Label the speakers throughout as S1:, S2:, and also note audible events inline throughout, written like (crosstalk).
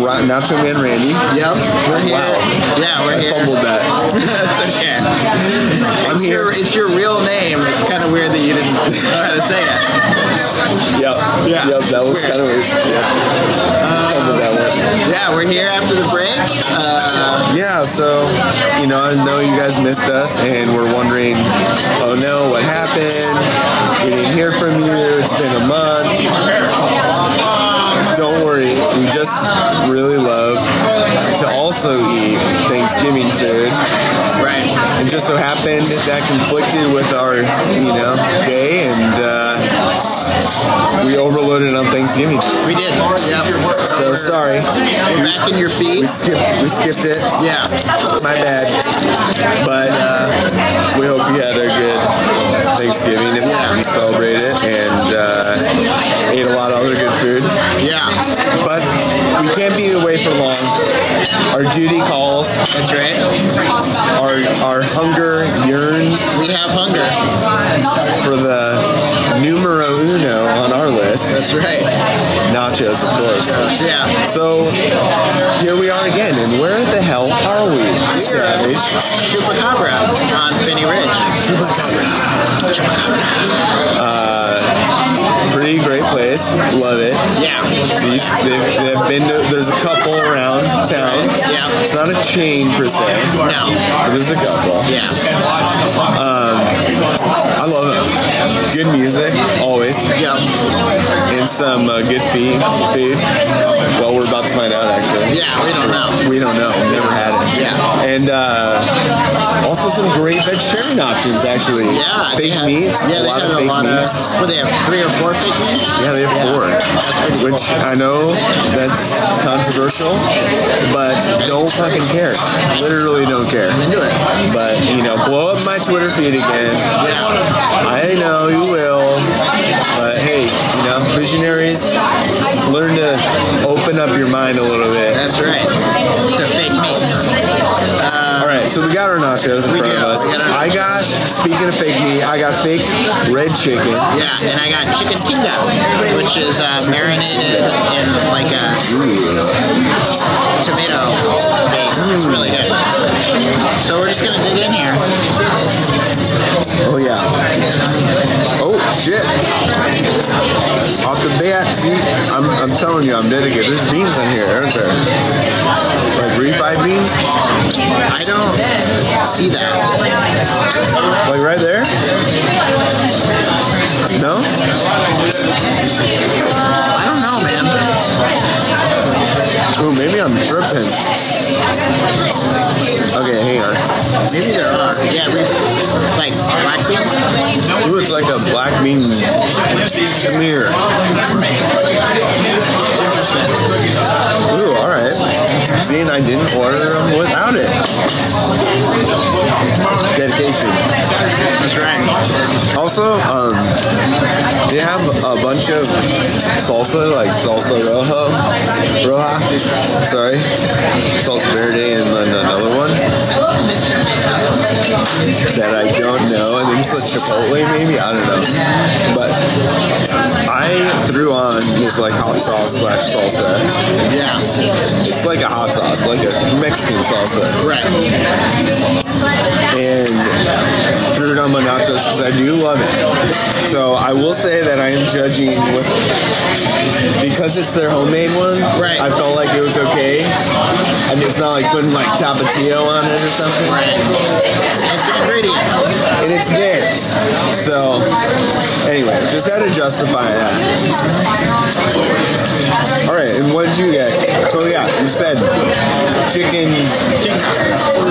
S1: Ron, Nacho Man Randy.
S2: Yep. We're here.
S1: Wow.
S2: Yeah, we're
S1: I
S2: here.
S1: fumbled that.
S2: (laughs) That's okay.
S1: I'm
S2: it's,
S1: here.
S2: Your, it's your real name. It's kind of weird that you didn't know how to say it.
S1: Yep.
S2: Yeah. Uh,
S1: Yep, that was
S2: It's weird.
S1: kind of weird. Yeah. fumbled that one.
S2: Yeah, we're here after the break. Uh,
S1: Yeah, so, you know, I know you guys missed us and we're wondering, oh no, what happened? We didn't hear from you. It's been a month. Don't worry. We just really love to also eat Thanksgiving food.
S2: right.
S1: It just so happened that conflicted with our, you know, day and uh, we overloaded on Thanksgiving.
S2: We did. Yep.
S1: So sorry.
S2: We're back in your feed.
S1: We skipped, we skipped it.
S2: Yeah.
S1: My bad. But uh, we hope you had a good Thanksgiving if you celebrate it and uh, ate a lot of other good food.
S2: Yeah.
S1: But we can't be away for long. Our duty calls,
S2: That's right.
S1: our, our hunger yearns
S2: We have hunger.
S1: for the numero uno on our list
S2: That's right.
S1: nachos, of course.
S2: Yeah.
S1: So here we are again, and where the hell are we, Savage?
S2: Chupacabra on Finney Ridge.
S1: Uh, Pretty great place, love it.
S2: Yeah.
S1: These, they've, they've been to, there's a couple around town.
S2: Yeah.
S1: It's not a chain per se,
S2: No.
S1: but there's a couple. Um,
S2: Yeah.
S1: I love it. Good music, always,
S2: Yep.
S1: and some uh, good feed, food. Well, we're about to find out actually.
S2: Yeah. We don't know.
S1: We don't know. We've never had it.
S2: Yeah.
S1: And uh, also some great vegetarian options, actually.
S2: Yeah. they
S1: Fake
S2: have-
S1: meats.
S2: Yeah,
S1: a
S2: they
S1: lot of
S2: have
S1: fake
S2: a lot
S1: meats.
S2: of. Well, they have three or four fake meats.
S1: yeah, they have four. Which I know that's controversial, but don't fucking care. Literally don't care.
S2: I'm into it.
S1: But you know, blow up my Twitter feed again. I know you will. But hey, you know, visionaries, learn to open up your mind a little bit.
S2: That's right. Uh, It's a fake meat.
S1: All right, so we got our nachos in
S2: We
S1: front of
S2: do.
S1: us.
S2: We got our
S1: I got, speaking of fake meat, I got fake red chicken.
S2: Yeah, and I got chicken tinga, which is uh, marinated in like a tomato base.
S1: Mm.
S2: It's really good. So we're just gonna dig in here.
S1: Oh yeah. Oh shit. Off the bat, see, I'm, I'm telling you, I'm dedicated. There's beans in here, aren't there? Like refried beans,
S2: I don't see that.
S1: like right there. No,
S2: I don't know, man.
S1: oh maybe I'm tripping. Okay, hang on.
S2: Maybe there are. Yeah, we, like black beans.
S1: Ooh, it's like a black bean smear. Ooh, all right. See, and I didn't order them without it. Dedication.
S2: That's right.
S1: Also, um, they have a bunch of salsa, like salsa rojo, roja, sorry, salsa verde, and then another one that I don't know. I think it's like chipotle, maybe I don't know. But I threw on this like hot sauce slash salsa.
S2: Yeah.
S1: It's like a hot sauce, like a Mexican salsa
S2: Right.
S1: and threw it on my nachos because I do love it. So I will say that I am judging with because it's their homemade one.
S2: Right.
S1: I felt like it was okay. I mean, it's not like putting like tapatio on it or something,
S2: It's an ingredient.
S1: and it's theirs. So anyway, just had to justify that. All right, and what did you get? Oh yeah, you said chicken.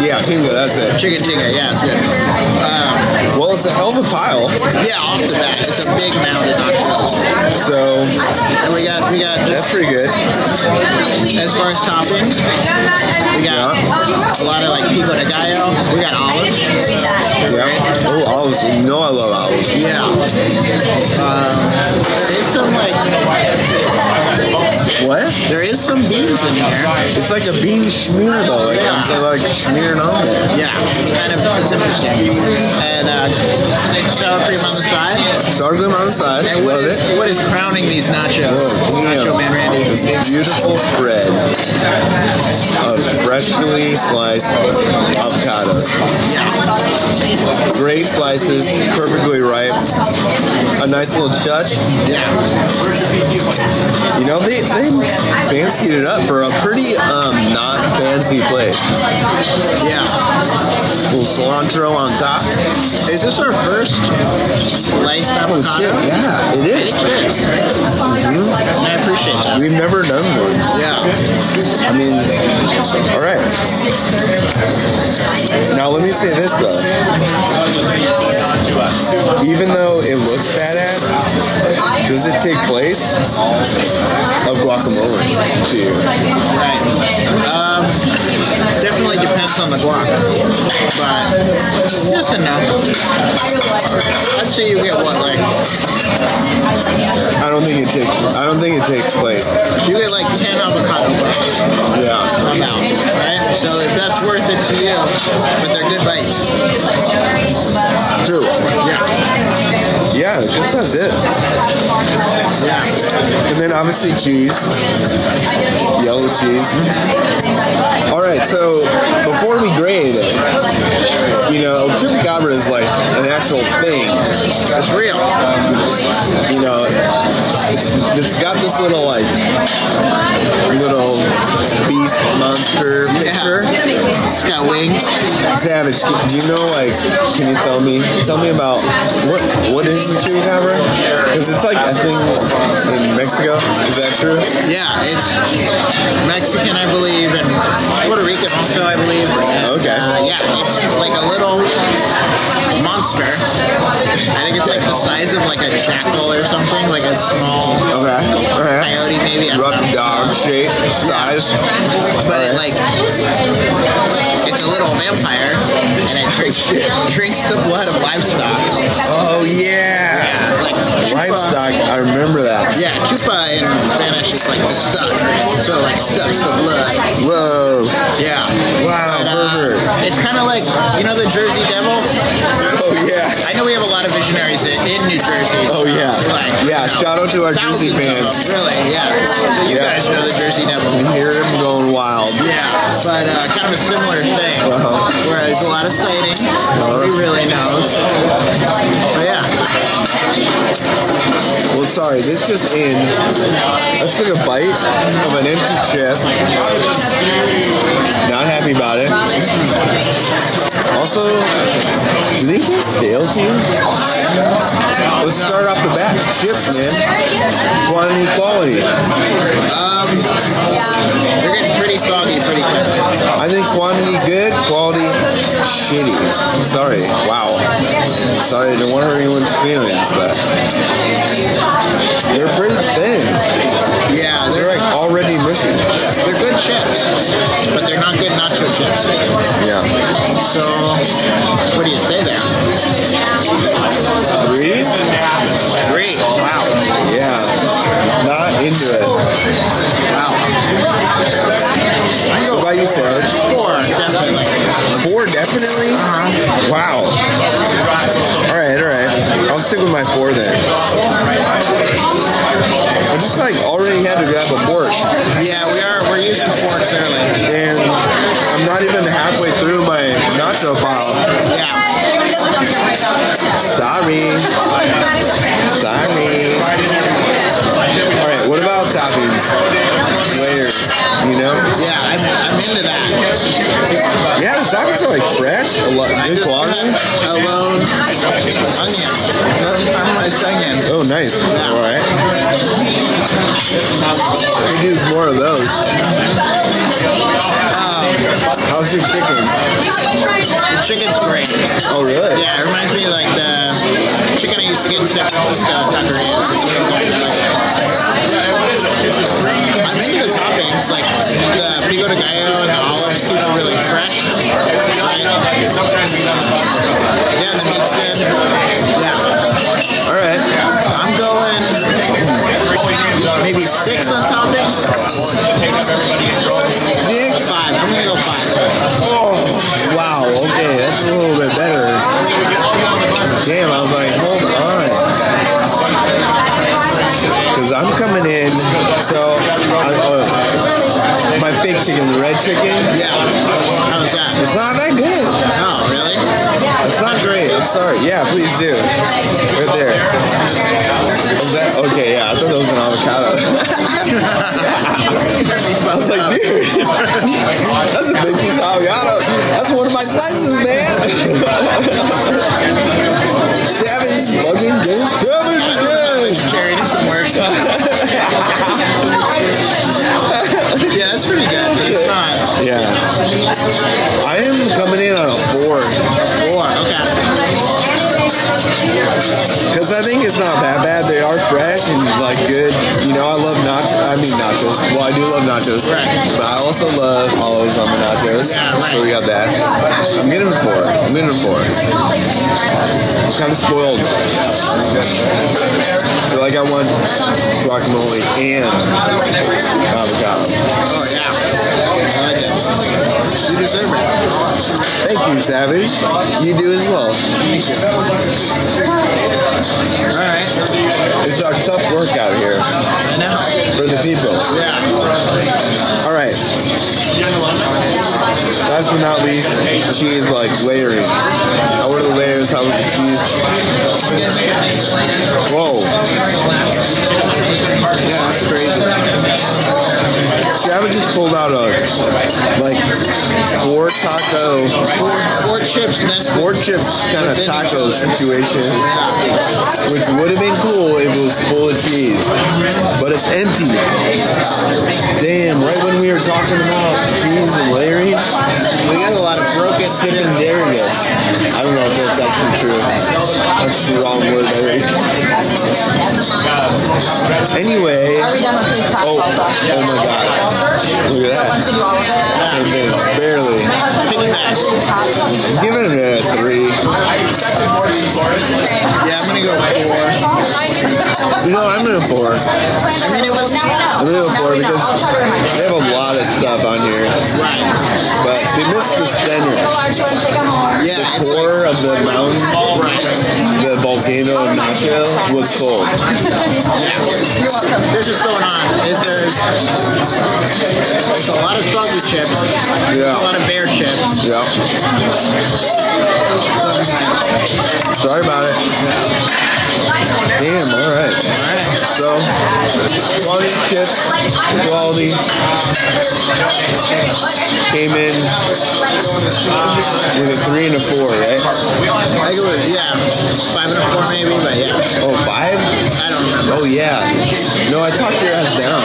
S1: Yeah, tinga. That's it.
S2: Chicken tinga. Yeah, it's good. Um,
S1: Well, it's a hell of a pile.
S2: yeah, off the bat, it's a big mound of nachos.
S1: So
S2: And we got we got just
S1: that's pretty good.
S2: As far as toppings, we got a lot of like pico de gallo. We got olives.
S1: Yeah. Oh, olives. You know I love olives.
S2: Yeah. Um, there is some like
S1: What?
S2: there is some beans in here.
S1: It's like a bean schmear though. Like I'm saying, like schmearing on it.
S2: Yeah, it's kind of it's interesting. And uh, sour cream on the side.
S1: Sour cream on the side.
S2: And what
S1: love
S2: is
S1: it. Oh,
S2: what is crowning these nachos?
S1: Whoa, damn.
S2: Nacho Man Randy.
S1: This beautiful spread. of freshly sliced avocados. Great slices, perfectly ripe. A nice little chutch. You know, they, they fancied it up for a pretty um, not fancy place.
S2: Yeah.
S1: Little cilantro on top.
S2: Is this our first sliced
S1: Oh, shit,
S2: avocado?
S1: yeah, it
S2: It
S1: is.
S2: is. And I appreciate that.
S1: We've never done one.
S2: Yeah.
S1: I mean, all right. Now let me say this though. Even though it looks badass, does it take place of guacamole to you?
S2: Right. Um, definitely depends on the guac. But yes and no. I'd say you get what, like
S1: I don't think it takes. I don't think it takes place.
S2: you get like ten avocado bites
S1: Yeah.
S2: amount, right? So if that's worth it to you, but they're good bites.
S1: True.
S2: Yeah.
S1: Yeah, just that's it.
S2: Yeah.
S1: And then obviously cheese, yellow cheese. All right, so before we grade, you know, chupacabra is like an actual thing.
S2: It's real.
S1: you know, it's, it's got this little like little beast monster picture.
S2: It's got wings.
S1: Savage, do you know like? Can you tell me? Tell me about what what is the chupacabra? Because it's like a thing in Mexico. Is that true?
S2: Yeah, it's Mexican, I believe, and Puerto Rican also, I believe. And,
S1: Oh, Okay.
S2: Uh, yeah, it's like a little monster. I think it's like the size of like a jackal or something, like a small
S1: Okay. All right.
S2: coyote, maybe. I don't
S1: Rough
S2: know.
S1: dog shape, size.
S2: But it,
S1: All right.
S2: like, it's a little vampire, and it drinks, drinks the blood of livestock.
S1: Oh yeah. Livestock. I remember that.
S2: Yeah, chupa in Spanish is like to suck, so it like sucks the blood.
S1: Whoa.
S2: Yeah.
S1: Wow. Pervert.
S2: Uh, it's kind of like you know the Jersey Devil.
S1: Oh yeah.
S2: I know we have a lot of visionaries in, in New Jersey.
S1: Oh yeah,
S2: like,
S1: yeah.
S2: you know,
S1: Shout out to our
S2: thousands
S1: Jersey
S2: of
S1: fans.
S2: them, really, yeah. So you
S1: Yeah.
S2: guys know the Jersey Devil.
S1: Hear him going wild.
S2: Yeah, but uh, kind of a similar thing.
S1: Uh-huh.
S2: Whereas a lot of slating, nobody really knows. But yeah,
S1: Well, sorry, this just in. I just took a bite of an empty chip. Not happy about it. Also, do they taste stale to you? Let's start off the bat. Chips, man. Quantity, quality.
S2: they're getting pretty soggy pretty quick.
S1: I think quantity good, quality shitty. Sorry. Wow. Sorry, I don't want to hurt anyone's feelings, but they're pretty thin.
S2: Yeah,
S1: They're
S2: they're
S1: like already mushy.
S2: they're good chips, but they're not good nacho chips.
S1: Yeah.
S2: So what do you say there?
S1: Three?
S2: Great. Wow.
S1: Yeah. Not into it. What about you, Sarah?
S2: Four, definitely. Uh-huh.
S1: Four, definitely. Wow. All right, all right. I'll stick with my four then. I just like already had to grab a fork,
S2: Yeah, we are. We're using forks early.
S1: and I'm not even halfway through my nacho pile.
S2: Yeah.
S1: Sorry. Sorry. All right, what about toppings? Layers, you know?
S2: Yeah, I'm, I'm into that.
S1: Yeah, the toppings are like fresh, a lot,
S2: I
S1: good
S2: just got
S1: quality.
S2: a lone onion. Lone caramelized onion.
S1: Oh, nice. All right. We could use more of those. How's your chicken?
S2: The chicken's great.
S1: Oh, really?
S2: Yeah, it reminds me of like the chicken I used to get in San Francisco at Taquerias. It's really good. I'm into the toppings, like the pico de gallo and the olives keep it really fresh. Right? Yeah, the meat's good. Yeah.
S1: All right.
S2: I'm going maybe six on toppings.
S1: Six?
S2: Five. I'm gonna go five.
S1: Oh, wow. Okay, that's a little bit better. Damn, I was like, hold on. uh, chicken, the red chicken.
S2: Yeah. How was that?
S1: It's not that good.
S2: Oh, really?
S1: It's not great. I'm sorry. Yeah, please do. Right there. Is that okay? Yeah, I thought that was an avocado. (laughs) I was like, dude, that's a big piece of avocado. That's one of my slices, man. (laughs) Savage is fucking getting savage again.
S2: Jerry did some work. yeah, that's pretty good. but It's not
S1: Yeah. I am coming in on a four
S2: four. Okay.
S1: because I think it's not that bad. They are fresh and like good. You know, I love nachos. I mean nachos. Well, I do love nachos,
S2: Right.
S1: but I also love olives on the nachos.
S2: Yeah, right.
S1: So we got that. I'm getting a four. I'm getting a four. I'm kind of spoiled. I feel like I want guacamole and avocado.
S2: Oh yeah. I like it. You deserve it.
S1: Thank you, Savage. You do as well.
S2: All right.
S1: It's a tough work out here
S2: I know.
S1: for the people.
S2: Yeah.
S1: All right. Last but not least, cheese like layering. I ordered the layers. How was the cheese? Whoa.
S2: Yeah, that's crazy.
S1: Savage just pulled out a like four taco,
S2: Four, four chips nested.
S1: four chips kind of taco situation, which would have been cool if it was full of cheese, but it's empty. Damn! Right when we were talking about cheese and layering, we got a lot of broken secondarius. I don't know if that's actually true. That's the wrong word. I think. Anyway, oh, oh my god! Look at that. Same thing, barely. Give it a three.
S2: Yeah, I'm gonna go four.
S1: You know, I'm gonna four. I'm
S2: I mean, it was
S1: gonna go four because they have a lot of stuff on here,
S2: right.
S1: but they missed the center,
S2: Yeah,
S1: the
S2: it's
S1: core of the mountain, the volcano of Nacho was cold.
S2: This is going on. Is there's, there's a lot of strawberry chips. There's a lot of bear chips.
S1: Yeah. Sorry about it. Damn. All right. So quality chips, quality came in with a three and a four, right?
S2: I think it was yeah, five and a four maybe, but yeah,
S1: Oh, five.
S2: I don't remember.
S1: Oh yeah. No, I talked your ass down.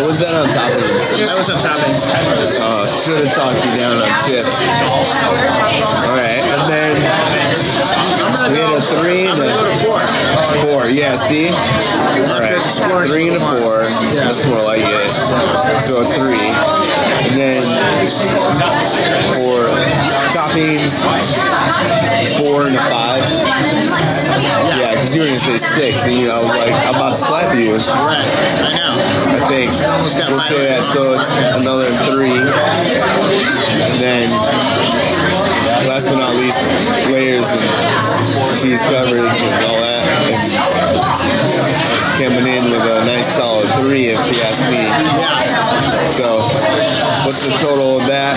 S1: What was that on top of this?
S2: That was on toppings.
S1: Oh, should have talked you down on chips. All right, and then we had a three and
S2: I'm gonna go to
S1: a
S2: four.
S1: four. Yeah, see. All right, three and a four. That's more like it. So a three, and then four toppings. Four and a five. Yeah, because you were gonna say six, and you know I was like, I'm about to slap you.
S2: Right, I know.
S1: I think.
S2: Almost got
S1: We'll
S2: mine.
S1: say that, so it's another three. Then, last but not least, layers and cheese coverage and all that. And coming in with a nice solid three, if you ask me. So, what's the total of that?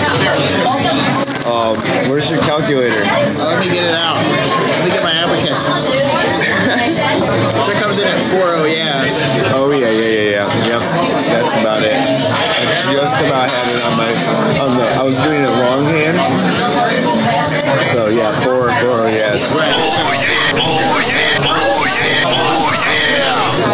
S1: Um, where's your calculator?
S2: Let me get it out. Let me get my abacus. So it comes in at four. Oh yeah.
S1: Oh yeah, yeah, yeah, yeah. Yep, that's about it. I just about had it on my on the. I was doing it wrong hand. So yeah, four, four, yes.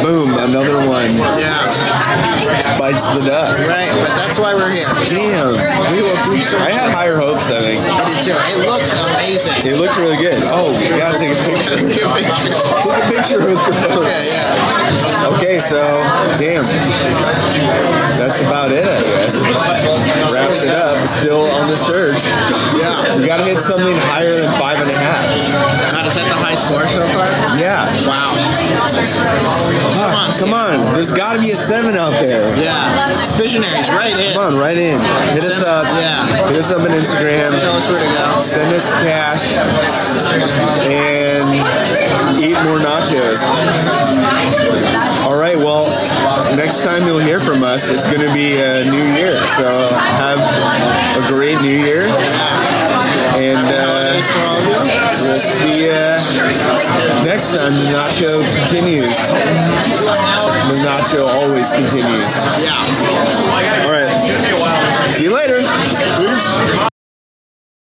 S1: Boom, another one
S2: Yeah.
S1: bites the dust.
S2: Right, but that's why we're here.
S1: Damn,
S2: We will do so.
S1: I had higher hopes. I think
S2: I did too. It looks amazing.
S1: it looked really good. Oh, we gotta take a picture. (laughs) Take a picture with the phone.
S2: yeah, yeah.
S1: Okay, so damn, that's about it. I guess. Wraps it up. Still on the surge.
S2: Yeah.
S1: You gotta hit something higher than five and a half.
S2: God, is that the high score so far?
S1: Yeah.
S2: Wow. Come on.
S1: Come on, there's got to be a seven out there.
S2: Yeah. Visionaries, right in.
S1: Come on, right in. Hit us up.
S2: Yeah.
S1: Hit us up on Instagram.
S2: Tell us where to go.
S1: Send us cash and eat more nachos. All right, well, next time you'll hear from us, it's going to be a new year. So have a great new year. And uh, we'll see ya next time. The nacho continues. The nacho always continues.
S2: Yeah.
S1: All right. See you later.